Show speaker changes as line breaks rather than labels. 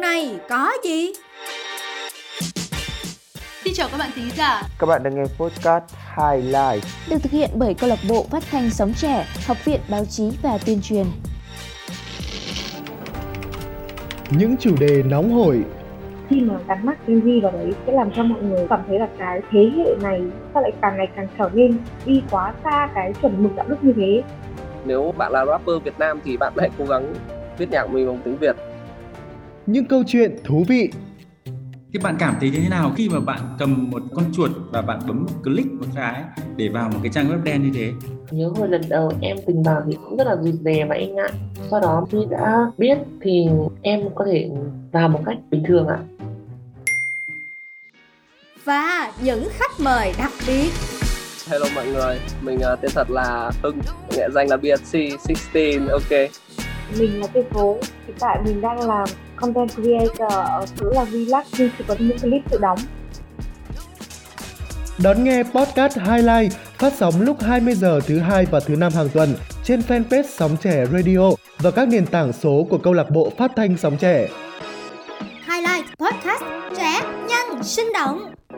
này có gì?
Xin chào các bạn thính giả.
Các bạn đang nghe podcast Highlight
được thực hiện bởi câu lạc bộ phát thanh sống trẻ, học viện báo chí và tuyên truyền.
Những chủ đề nóng hổi
khi mà gắn mắt Gen Z vào đấy sẽ làm cho mọi người cảm thấy là cái thế hệ này sao lại càng ngày càng trở nên đi quá xa cái chuẩn mực đạo đức như thế
nếu bạn là rapper Việt Nam thì bạn hãy cố gắng viết nhạc mình bằng tiếng Việt
những câu chuyện thú vị
thì bạn cảm thấy như thế nào khi mà bạn cầm một con chuột và bạn bấm click một cái để vào một cái trang web đen như thế
nhớ hồi lần đầu em từng vào thì cũng rất là rụt rè và em ngại sau đó khi đã biết thì em có thể vào một cách bình thường ạ
Và những khách mời đặc biệt
Hello mọi người, mình uh, tên thật là Hưng, nghệ danh là BFC16, ok
Mình là Tuyết Phố, hiện tại mình đang làm content creator ở chỗ là Vlog nhưng chỉ có những clip tự đóng
Đón nghe podcast Highlight phát sóng lúc 20 giờ thứ hai và thứ năm hàng tuần trên fanpage Sóng Trẻ Radio và các nền tảng số của câu lạc bộ phát thanh Sóng Trẻ.
Highlight Podcast trẻ nhân sinh động.